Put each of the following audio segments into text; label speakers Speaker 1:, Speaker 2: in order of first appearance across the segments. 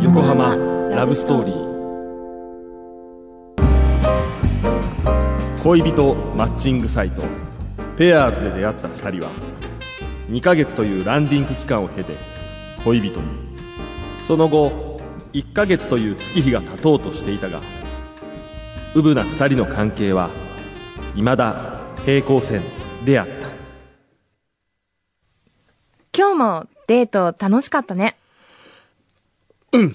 Speaker 1: 横浜ラブストーリー恋人マッチングサイトペアーズで出会った2人は2ヶ月というランディング期間を経て恋人にその後1ヶ月という月日が経とうとしていたがうぶな2人の関係は未だ平行線であった
Speaker 2: 今日もデート楽しかったね。
Speaker 1: あ
Speaker 2: ねえ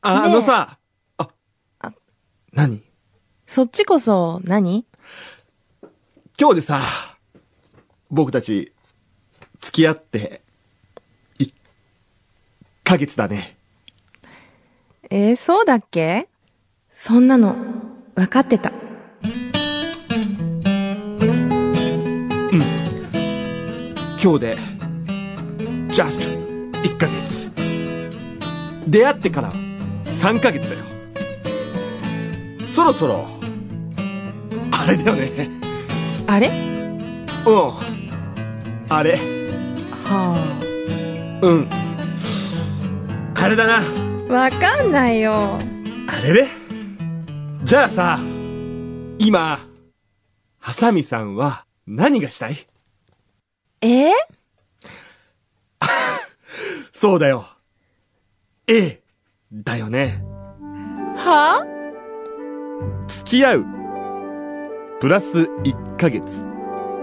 Speaker 1: あのさあ何
Speaker 2: そっちこそ何
Speaker 1: 今日でさ、僕たち、付き合って、1ヶ月だね。
Speaker 2: えーそうだっけそんなの、分かってた。
Speaker 1: 今日で、just 1ヶ月。出会ってから3ヶ月だよ。そろそろ、あれだよね。
Speaker 2: あれ
Speaker 1: うん。あれ、
Speaker 2: は
Speaker 1: うん。あれだな。
Speaker 2: あ。わかんないよ。
Speaker 1: あれれじゃあさ、今、ハサミさんは何がしたい
Speaker 2: えー
Speaker 1: そうだよ。ええ、だよね。
Speaker 2: はあ
Speaker 1: 付き合う。プラス1ヶ月。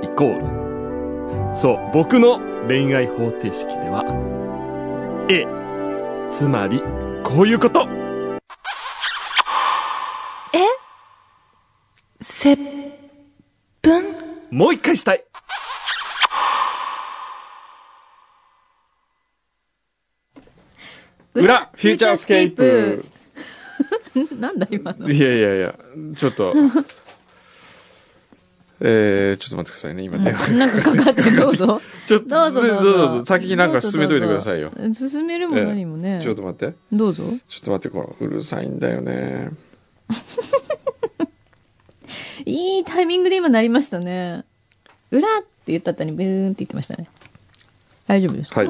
Speaker 1: イコール。そう、僕の恋愛方程式では、ええ、つまり、こういうこと
Speaker 2: 接吻
Speaker 1: もう一回したい。
Speaker 3: 裏フューチャースケープ。
Speaker 4: なんだ今の。
Speaker 3: いやいやいや、ちょっと。 えー、ちょっと待ってくださいね、今電話。
Speaker 4: なんかかかってどうぞ。
Speaker 3: ちょっと、
Speaker 4: どうぞどうぞ。
Speaker 3: 先になんか進めといてくださいよ。
Speaker 4: どうぞどうぞ。進めるも何もね。
Speaker 3: ちょっと待って。
Speaker 4: どうぞ。
Speaker 3: ちょっと待って、この、うるさいんだよね。
Speaker 4: いいタイミングで今なりましたね。裏って言った後にブーンって言ってましたね。大丈夫ですか
Speaker 3: はい。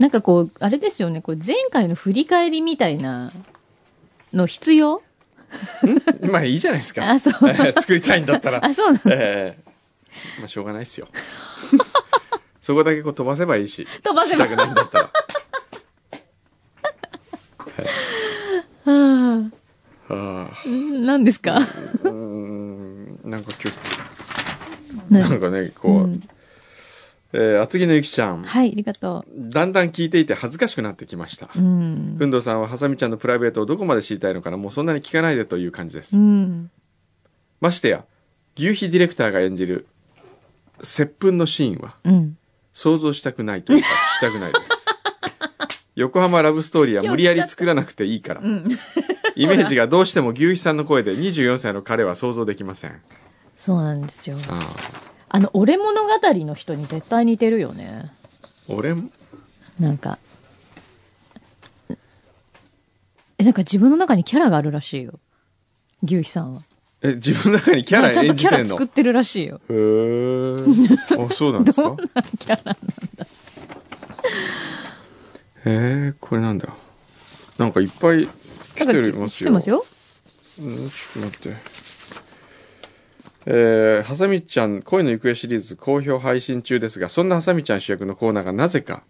Speaker 4: なんかこう、あれですよね、こう前回の振り返りみたいなの必要
Speaker 3: まあいいじゃないですか。
Speaker 4: あそう
Speaker 3: えー作りたいんだったら。
Speaker 4: あ、そうなの
Speaker 3: えーまあしょうがないっす よ。そこだけこう飛ばせばいいし。
Speaker 4: 飛ばせば
Speaker 3: したくないんだった ら。
Speaker 4: うん
Speaker 3: ああ。
Speaker 4: 何ですか
Speaker 3: うーん、なんか今日、
Speaker 4: 何
Speaker 3: なんかね、こう、
Speaker 4: うん
Speaker 3: えー厚木のゆきちゃん、
Speaker 4: はい、ありがと
Speaker 3: だんだん聞いていて恥ずかしくなってきました。
Speaker 4: う。うん。
Speaker 3: くんどうさんはハサミちゃんのプライベートをどこまで知りたいのかな、もうそんなに聞かないでという感じです。
Speaker 4: うん。
Speaker 3: ましてや、牛皮ディレクターが演じる、接吻のシーンは、
Speaker 4: うん。
Speaker 3: 想像したくないというか、したくない です。横浜ラブストーリーは無理やり作らなくていいから。イメージがどうしても牛皮さんの声で24歳の彼は想像できません。
Speaker 4: そうなんですよ。
Speaker 3: ああ
Speaker 4: あの、俺物語の人に絶対似てるよね。
Speaker 3: 俺も、
Speaker 4: なんか。え、なんか自分の中にキャラがあるらしいよ。牛皮さんは。
Speaker 3: え、自分の中にキャラ
Speaker 4: なんかちゃんと
Speaker 3: 演
Speaker 4: キ
Speaker 3: じ
Speaker 4: ャ
Speaker 3: てん
Speaker 4: ラ
Speaker 3: の
Speaker 4: 作ってるらしいよ。
Speaker 3: へ ー。あ、そうなんですか
Speaker 4: キャラ。
Speaker 3: へー、これなんだ。なんかいっぱい来て
Speaker 4: なんか
Speaker 3: ます
Speaker 4: 来て
Speaker 3: よ。
Speaker 4: ますよ。
Speaker 3: うん、ちょっと待って。えー、ハサミちゃん、恋の行方シリーズ好評配信中ですが、そんなハサミちゃん主役のコーナーがなぜか、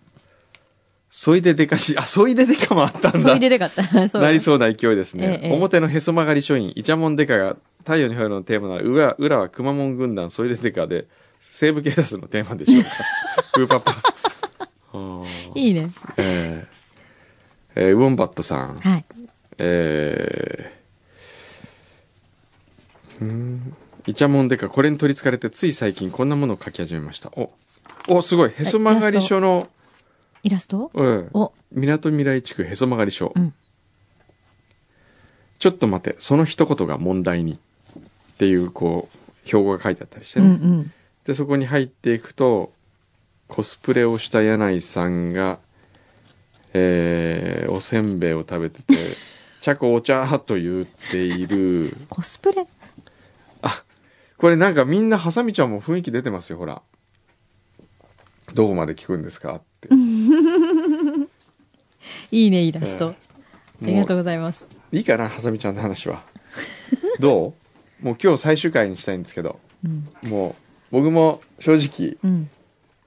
Speaker 3: そいででかし、あ、そいででかもあったんだ。
Speaker 4: そいででかった。 そう。
Speaker 3: なりそうな勢いですね。
Speaker 4: ええ
Speaker 3: 表のへそ曲がり書院、イチャモンデカが太陽にほえろのテーマなら、裏、裏はくまモン軍団、そいでデカで、西部警察のテーマでしょ うか。ブーパパ。あー
Speaker 4: いいね。
Speaker 3: えーえーウォンバットさん。
Speaker 4: はい。
Speaker 3: えー、うん。イチャモンデカ、これに取り憑かれて、つい最近こんなものを書き始めました。お、お、すごい。へそ曲がり書の、
Speaker 4: イラスト
Speaker 3: うん。
Speaker 4: お、
Speaker 3: みなとみらい地区へそ曲がり署、
Speaker 4: うん
Speaker 3: ちょっと待てその一言が問題にっていうこう標語が書いてあったりして
Speaker 4: う
Speaker 3: ね、
Speaker 4: んうん。
Speaker 3: でそこに入っていくとコスプレをした柳井さんが、えーおせんべいを食べて て「茶子お茶」と言っている
Speaker 4: コスプレ
Speaker 3: これなんかみんなハサミちゃんも雰囲気出てますよほらどこまで聞くんですかって。
Speaker 4: いいね、イラスト。
Speaker 3: え
Speaker 4: あ
Speaker 3: え
Speaker 4: りがとうございます。
Speaker 3: いいかな、はさみちゃんの話は。どうもう今日最終回にしたいんですけど、
Speaker 4: うん。
Speaker 3: もう僕も正直、
Speaker 4: うん。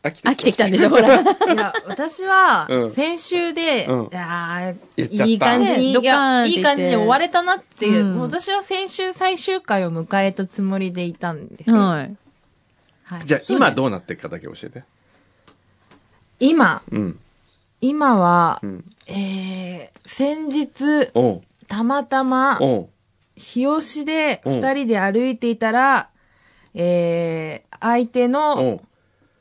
Speaker 3: 飽きてきま
Speaker 4: 飽きてきたんで
Speaker 3: ょ
Speaker 4: しょ、ほら。
Speaker 2: いや、私は
Speaker 3: うん、
Speaker 2: 先週で、
Speaker 3: うん
Speaker 2: いや
Speaker 3: 言っちゃ
Speaker 2: ー
Speaker 3: った
Speaker 2: いい感じに、
Speaker 4: ねド
Speaker 2: い
Speaker 4: カーンっ
Speaker 2: や
Speaker 4: て言って
Speaker 2: いい感じに終われたなっていう、
Speaker 4: うん
Speaker 2: もう私は先週最終回を迎えたつもりでいたんです。
Speaker 4: はい。
Speaker 2: はい
Speaker 3: じゃあ今どうなってるかだけ教えて。
Speaker 2: 今、
Speaker 3: うん。
Speaker 2: 今は、
Speaker 3: うん。
Speaker 2: えー、先日、
Speaker 3: おう。
Speaker 2: たまたま、
Speaker 3: おう。
Speaker 2: 日吉で
Speaker 3: うん
Speaker 2: 二人で歩いていたら、えー、相手
Speaker 3: お
Speaker 2: の
Speaker 3: う。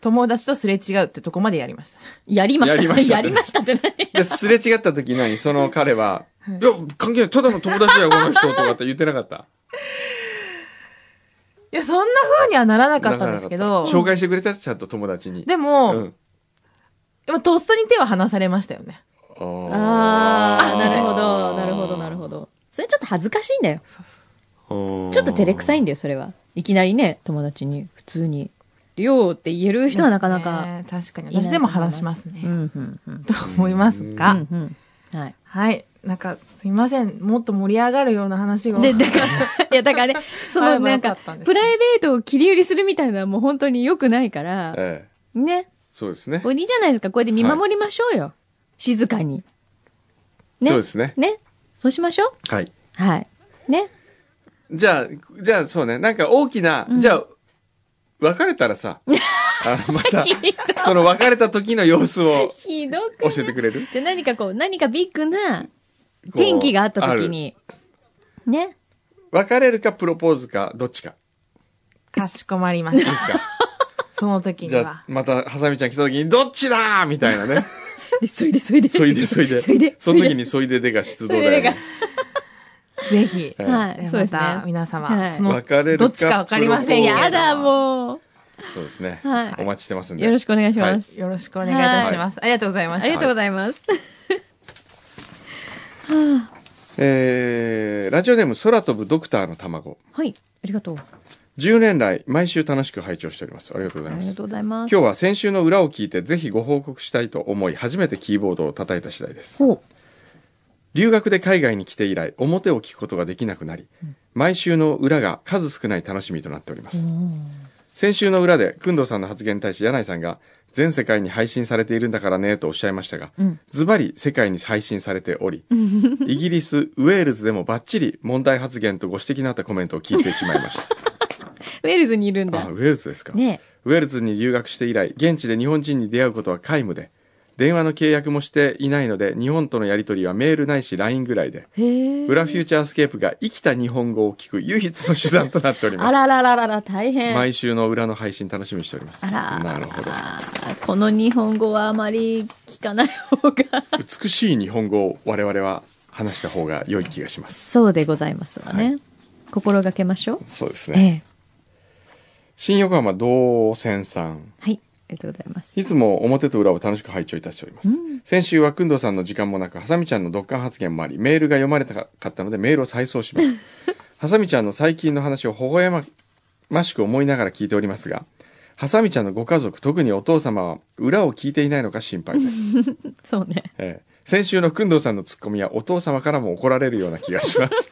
Speaker 2: 友達とすれ違うってとこまでやりました。
Speaker 4: やりま
Speaker 3: やりま
Speaker 4: し。
Speaker 3: したた
Speaker 4: やりましたって何
Speaker 3: ですれ違った時何その彼は、いや、関係ない。ただの友達だよ、この人。とかって言ってなかった。
Speaker 2: いや、そんな風にはならなかったんですけ
Speaker 3: な
Speaker 2: ど
Speaker 3: かな、かった紹介してくれたちゃんと友達に。
Speaker 2: でも、
Speaker 3: うん。
Speaker 2: でもとっさに手は離されましたよね。
Speaker 4: ああ、なるほど、なるほど、なるほ
Speaker 3: ど。
Speaker 4: ど。それちょっと恥ずかしいんだよ。
Speaker 3: おー
Speaker 4: ちょっと照れくさいんだよ、それは。いきなりね、友達に、普通に。りょうって言える人はなかなか
Speaker 2: ね確かに。
Speaker 4: いないと思いす。
Speaker 2: 私でも話しますね。
Speaker 4: うん、うん、うん。
Speaker 2: と思いますが、
Speaker 4: うん、うん。はい。
Speaker 2: はい。なんか、すいません。もっと盛り上がるような話を。
Speaker 4: で、だから、いや、だからね、そ
Speaker 2: あ
Speaker 4: の、
Speaker 2: れも
Speaker 4: な
Speaker 2: 良
Speaker 4: ん
Speaker 2: かっ
Speaker 4: か
Speaker 2: たんですね、
Speaker 4: プライベートを切り売りするみたいなのはもう本当に良くないから、
Speaker 3: ええ。
Speaker 4: ね。
Speaker 3: そうですね。
Speaker 4: 鬼じゃないですか、これで見守りましょうよ。静かに。ね。
Speaker 3: そうですね。
Speaker 4: ね。そうしましょ
Speaker 3: はい。
Speaker 4: う。はい。 ね。
Speaker 3: じゃあ、じゃあそうね。なんか大きな、じゃあ、別れたら さ、あのまた、その別れた時の様子を
Speaker 4: ひどく
Speaker 3: 教
Speaker 4: ない
Speaker 3: えてくれる
Speaker 4: じゃあ何かこう、何かビッグな天気があった時に、ね。
Speaker 3: 別れるかプロポーズか、どっちか。
Speaker 2: かしこまりまし
Speaker 3: いい
Speaker 2: た。
Speaker 3: ですか
Speaker 2: その時
Speaker 3: じ
Speaker 2: に
Speaker 3: ゃあ
Speaker 2: は、。
Speaker 3: また、ハサミちゃん来た時に、どっちだーみたいな ね。
Speaker 4: でそい で、そいで。
Speaker 3: そいで、そいで。
Speaker 4: そいで。
Speaker 3: その時に、そいででが出動だよね。
Speaker 2: ぜひ、
Speaker 3: ええ
Speaker 4: はい
Speaker 2: え
Speaker 4: そ
Speaker 2: ま
Speaker 4: うですね
Speaker 2: た皆様、
Speaker 4: はい
Speaker 2: その
Speaker 3: 別れるか
Speaker 2: どっちかわかりませんけれど
Speaker 4: やだ、もう。
Speaker 3: そうですね。
Speaker 4: はい
Speaker 3: お待ちしてますんで。
Speaker 4: よろしくお願いします。
Speaker 2: よろしくお願いいたします。ありがとうございました。
Speaker 4: ありがとうございます。
Speaker 3: えー、ラジオネーム、空飛ぶドクターの卵。
Speaker 4: はい。ありがとう。
Speaker 3: 10年来、毎週楽しく拝聴しております。ありがとうご
Speaker 4: あ
Speaker 3: ざいま
Speaker 4: り
Speaker 3: す
Speaker 4: が。とうございます。
Speaker 3: 今日は先週の裏を聞いてぜひご報告したいと思い初めてキーボードを叩いた次第です
Speaker 4: ほう。
Speaker 3: 留学で海外に来て以来表を聞くことができなくなり毎週の裏が数少ない楽しみとなっております先週の裏で工藤さんの発言に対し柳井さんが全世界に配信されているんだからねとおっしゃいましたが、
Speaker 4: うん
Speaker 3: ズバリ世界に配信されてお りイギリスウェールズでもバッチリ問題発言とご指摘のあったコメントを聞いてしまいま した
Speaker 4: ウェールズにいるん
Speaker 3: あ
Speaker 4: だ
Speaker 3: ウ。ェールズですか
Speaker 4: ね
Speaker 3: ウェールズに留学して以来、現地で日本人に出会うことは皆無で、電話の契約もしていないので、日本とのやり取りはメールないし LINE ぐらいで、
Speaker 4: え。へえ。
Speaker 3: 裏フューチャースケープが生きた日本語を聞く唯一の手段となっており
Speaker 4: あ
Speaker 3: ます。
Speaker 4: ららららら、大変。
Speaker 3: 毎週の裏の配信楽しみにしております。
Speaker 4: あら
Speaker 3: なるほど。
Speaker 4: この日本語はあまり聞かない方 が。
Speaker 3: 美しい日本語を我々は話した方が良い気がします。
Speaker 4: そうでございますわね。心がけましょう。
Speaker 3: そうです
Speaker 4: え
Speaker 3: ね。
Speaker 4: え。
Speaker 3: 新横浜道線さん。
Speaker 4: はい。ありがとうございます。
Speaker 3: いつも表と裏を楽しく拝聴いたしております。先週は、くんどさんの時間もなく、はさみちゃんの読感発言もあり、メールが読まれたかったので、メールを再送します。 はさみちゃんの最近の話を微笑ましく思いながら聞いておりますが、はさみちゃんのご家族、特にお父様は、裏を聞いていないのか心配です。
Speaker 4: そうね。
Speaker 3: ええ先週のくんどさんのツッコミは、お父様からも怒られるような気がし ます。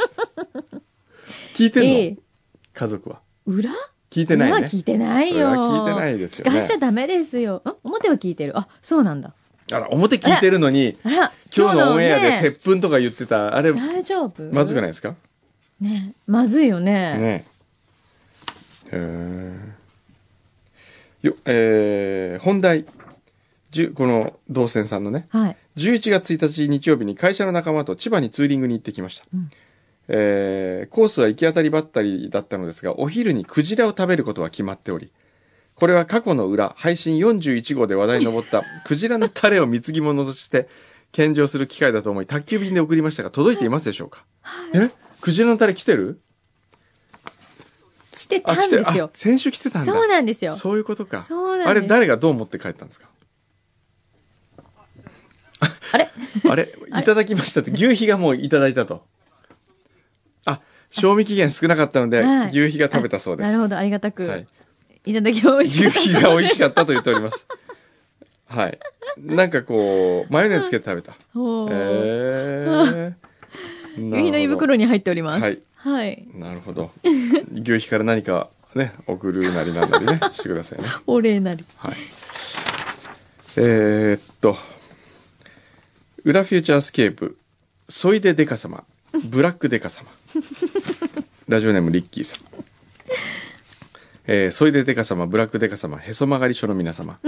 Speaker 3: 聞いてんの、
Speaker 4: ええ。
Speaker 3: 家族は。
Speaker 4: 裏
Speaker 3: 聞いてない
Speaker 4: 裏は
Speaker 3: ね。
Speaker 4: 聞いてない
Speaker 3: それ
Speaker 4: よ。
Speaker 3: は聞いてないですよね
Speaker 4: 聞かしちゃダメですよ。ん表は聞いてる。あ、そうなんだ。
Speaker 3: あら、表聞いてるのに、
Speaker 4: あら、
Speaker 3: 今日のオンエアで
Speaker 4: ね
Speaker 3: 接吻とか言ってた、あれ、
Speaker 4: 大丈夫
Speaker 3: まずくない
Speaker 4: い
Speaker 3: ですか
Speaker 4: ねまずいよね。
Speaker 3: ねえへえよえー本題じゅこの道仙さんのね
Speaker 4: はい。
Speaker 3: 11月1日日曜日に会社の仲間と千葉にツーリングに行ってきました、
Speaker 4: うん
Speaker 3: えーコースは行き当たりばったりだったのですがお昼にクジラを食べることは決まっておりこれは過去の裏配信41号で話題に上ったクジラのタレを貢ぎ物として献上する機会だと思い宅急便で送りましたが届いていますでしょうか、えクジラのタレ来てる
Speaker 4: 来てた
Speaker 3: あ、来
Speaker 4: ん
Speaker 3: て
Speaker 4: ですよ
Speaker 3: あ。先週来てたんだ。
Speaker 4: そうなんですよ。
Speaker 3: そういうことか。
Speaker 4: そうなんです
Speaker 3: あれ、誰がどう思って帰ったんですか
Speaker 4: あれ
Speaker 3: あれ、いただきましたって、牛皮がもういただいたと。あ、賞味期限少なかったので
Speaker 4: は、い
Speaker 3: 牛皮が食べたそうです。
Speaker 4: なるほど、ありがたく。
Speaker 3: はい
Speaker 4: い、ただき美味しか
Speaker 3: 牛
Speaker 4: った。
Speaker 3: 皮が美味しかったと言っております。はい。なんかこう、マヨネーズつけて食べた。
Speaker 4: おー。
Speaker 3: ええー。
Speaker 4: 牛皮の胃袋
Speaker 3: に。
Speaker 4: に入っております。
Speaker 3: はい。
Speaker 4: はい。
Speaker 3: なるほど。牛皮から何かね、送るなりなんなりね、してくださいね。
Speaker 4: お礼なり。
Speaker 3: はい。えー、っと、裏フューチャースケープ、ソイデデカ様、ブラックデカ様。ラジオネームリッキーさん。えー、ソイデデカ様、ブラックデカ様、へそ曲がり署の皆様。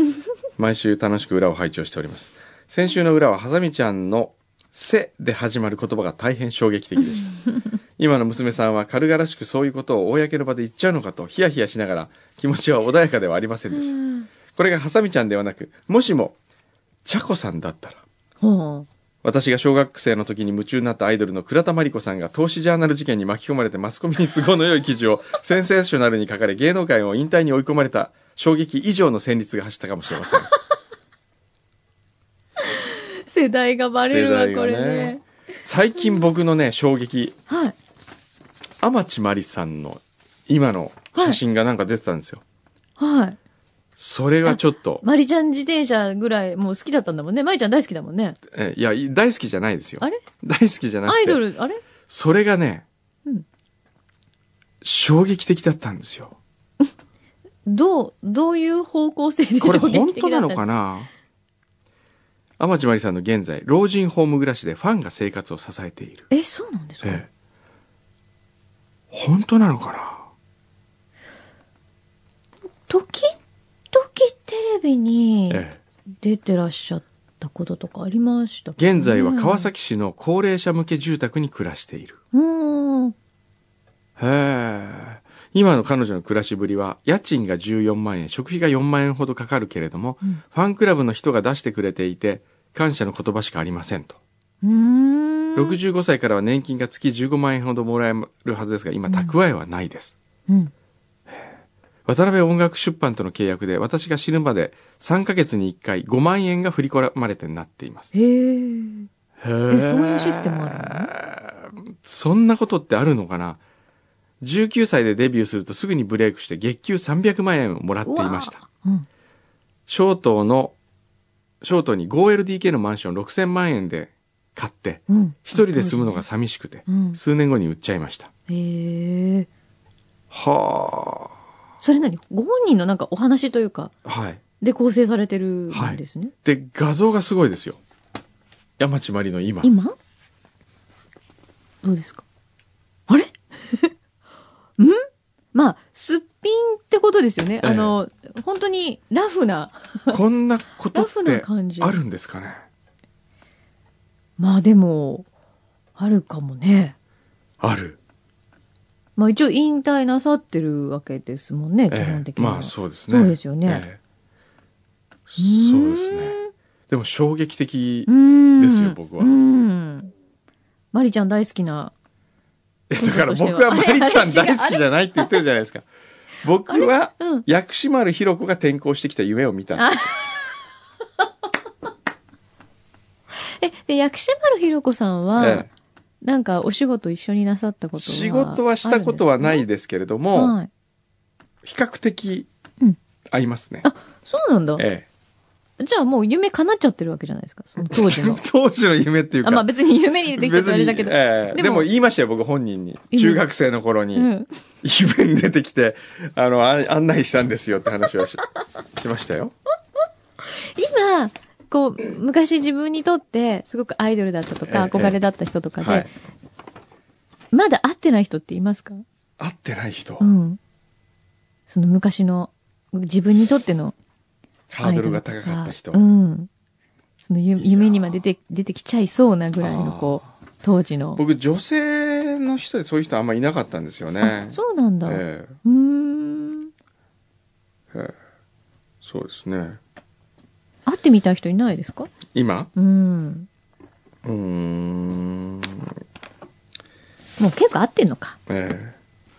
Speaker 3: 毎週楽しく裏を拝聴しております。先週の裏は、はさみちゃんのせで始まる言葉が大変衝撃的でした。今の娘さんは軽々しくそういうことを公の場で言っちゃうのかとヒヤヒヤしながら気持ちは穏やかではありませんでした。これがハサミちゃんではなく、もしも、チャコさんだったら、
Speaker 4: ほ
Speaker 3: 私が小学生の時に夢中になったアイドルの倉田真理子さんが投資ジャーナル事件に巻き込まれてマスコミに都合の良い記事 をセンセーショナルに書かれ芸能界を引退に追い込まれた衝撃以上の戦慄が走ったかもしれません。
Speaker 4: う。世代が バレるわ、
Speaker 3: 世代が
Speaker 4: これね。
Speaker 3: 最近僕のね、衝撃、
Speaker 4: はい。
Speaker 3: 天地真理さんの今の写真がなんか出てたんですよ。
Speaker 4: はい。
Speaker 3: それはちょっと、
Speaker 4: マリちゃん自転車ぐらい、もう好きだったんだもんね。マリちゃん大好きだもんね。
Speaker 3: えいや、い大好きじゃないですよ
Speaker 4: あ。れ
Speaker 3: 大好きじゃなくて。
Speaker 4: アイドル、あれ
Speaker 3: それがね、
Speaker 4: うん
Speaker 3: 衝撃的だったんですよ。
Speaker 4: どう、どういう方向性で
Speaker 3: これ
Speaker 4: 衝撃
Speaker 3: 本当
Speaker 4: 的
Speaker 3: な
Speaker 4: だったん
Speaker 3: の
Speaker 4: です
Speaker 3: かな天地真理さんの現在、老人ホーム暮らしでファンが生活を支えている。
Speaker 4: え、そうなんですか、
Speaker 3: ええ本当なのかな
Speaker 4: 時々テレビに
Speaker 3: ええ
Speaker 4: 出てらっしゃったこととかありましたかね
Speaker 3: 現在は川。崎市の高齢者向け住宅に暮らしている。
Speaker 4: うーん。
Speaker 3: へえ。今の彼女の暮らしぶりは、家賃が14万円、食費が4万円ほどかかるけれども、
Speaker 4: うん
Speaker 3: ファンクラブの人が出してくれていて、感謝の言葉しかありませんと。
Speaker 4: うーん。
Speaker 3: 65歳からは年金が月15万円ほどもらえるはずですが、今、
Speaker 4: うん
Speaker 3: 蓄えはないです。
Speaker 4: うん。
Speaker 3: 渡辺音楽出版との契約で、私が死ぬまで3ヶ月に1回5万円が振り込まれてなっています。
Speaker 4: へえ。
Speaker 3: え、そう
Speaker 4: え、そういうシステムあ
Speaker 3: そんなことってあるのかな ?19 歳でデビューするとすぐにブレイクして月給300万円をもらっ
Speaker 4: る
Speaker 3: て
Speaker 4: の
Speaker 3: いました。。
Speaker 4: うわ
Speaker 3: 小東の、小東に 5LDK のマンション6000万円で買って、
Speaker 4: うん。うん。
Speaker 3: 一人で住むのが寂しくて
Speaker 4: う、ん。
Speaker 3: 数年後に売っちゃいました。
Speaker 4: へえ。
Speaker 3: は
Speaker 4: それ何ご本人のなんかお話というか、
Speaker 3: あ。はい。
Speaker 4: で構成されてるんですね。
Speaker 3: で、画像がすごいですよ。山地まりの今。
Speaker 4: 今どうですかあれ んまあ、すっぴんってことですよね。
Speaker 3: ええ
Speaker 4: あの、本当にラフな。
Speaker 3: こんなことっ
Speaker 4: ラフな
Speaker 3: て
Speaker 4: 感じ
Speaker 3: あるんですかね。
Speaker 4: まあでも、あるかもね。
Speaker 3: ある。
Speaker 4: まあ一応引退なさってるわけですもんね、基
Speaker 3: ええ
Speaker 4: 本的には。
Speaker 3: まあそうですね。
Speaker 4: そうですよね
Speaker 3: ええ
Speaker 4: ーん
Speaker 3: そうですね。でも衝撃的
Speaker 4: う。ん。
Speaker 3: ですよ僕は
Speaker 4: うん。マリちゃん大好きな。
Speaker 3: え だから
Speaker 4: 僕として
Speaker 3: 僕
Speaker 4: は
Speaker 3: はマリちゃん
Speaker 4: あれ
Speaker 3: 大好きじゃないって言ってるじゃないですか。僕は
Speaker 4: うん、
Speaker 3: 薬師丸ひろ子が転校してきた夢を見た。
Speaker 4: え、で、薬師丸ひろ子さんは、
Speaker 3: ええ
Speaker 4: なんかお仕事一緒になさったことは
Speaker 3: 仕事はしたことはないいですけれども、
Speaker 4: はい。
Speaker 3: 比較的
Speaker 4: うん
Speaker 3: 合いますね。
Speaker 4: あ、そうなんだ。
Speaker 3: ええ。
Speaker 4: じゃあもう夢叶っちゃってるわけじゃないですか、その当時の
Speaker 3: 当時の夢っていう
Speaker 4: あ
Speaker 3: か、
Speaker 4: まあ別に夢にできた
Speaker 3: 別
Speaker 4: とあれだけ
Speaker 3: に
Speaker 4: ど。
Speaker 3: ええ
Speaker 4: でも
Speaker 3: でも言いましたよ、僕本人に。
Speaker 4: 夢
Speaker 3: 中学生の頃に、
Speaker 4: うん。
Speaker 3: 夢に出てきて、あの、あ案内したんですよって話はししましたよ。
Speaker 4: 今、こう、昔自分にとって、すごくアイドルだったと
Speaker 3: え
Speaker 4: か、
Speaker 3: え
Speaker 4: 憧れだった人とかで、
Speaker 3: はい。
Speaker 4: まだ会ってない人っていますか
Speaker 3: 会ってない人、
Speaker 4: うん。その昔の、自分にとっての
Speaker 3: ハ
Speaker 4: ア
Speaker 3: ー
Speaker 4: イ
Speaker 3: ド
Speaker 4: ド
Speaker 3: ルが
Speaker 4: ルと
Speaker 3: 高かった人。
Speaker 4: うん。その
Speaker 3: い
Speaker 4: ゆ
Speaker 3: やー
Speaker 4: 夢にまで出て、出てきちゃいそうなぐらいの、こう、当時の。
Speaker 3: 僕、女性の人でそういう人あんまいなかったんですよね
Speaker 4: あ。そうなんだ。う
Speaker 3: ええ
Speaker 4: ーん。
Speaker 3: そうですね。
Speaker 4: 会ってみたい人いないですか
Speaker 3: 今
Speaker 4: うん。
Speaker 3: うーん。
Speaker 4: もう結構会ってんのか。
Speaker 3: ええ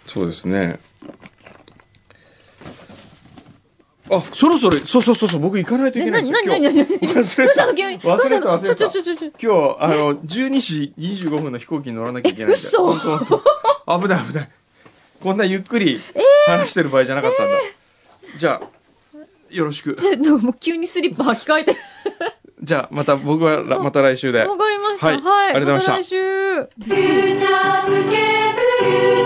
Speaker 3: そうですね。あ、そろそろ、そうそうそうそう、僕行かないとい
Speaker 4: え、
Speaker 3: けな
Speaker 4: ない
Speaker 3: ん
Speaker 4: に
Speaker 3: です
Speaker 4: な
Speaker 3: よ
Speaker 4: になになに
Speaker 3: 今日忘れ
Speaker 4: どうした
Speaker 3: た。
Speaker 4: の急に。どうしたの
Speaker 3: 忘れた忘れた
Speaker 4: ちょちょちょちょ。
Speaker 3: 今日、あの、12時25分の飛行機に乗らなきゃいけないんだよ。
Speaker 4: え嘘
Speaker 3: 本当本当危ない危ない。こんなゆっくり話してる場合じゃなかったんだ。じゃあ、よろしく。
Speaker 4: でももう急にスリッパ履き替えて。
Speaker 3: じゃあ、また僕はら、また来週で。
Speaker 4: わかりました。
Speaker 3: はい。ありがとうございました。
Speaker 4: 来週。
Speaker 5: 「フューチャースケープフューチャー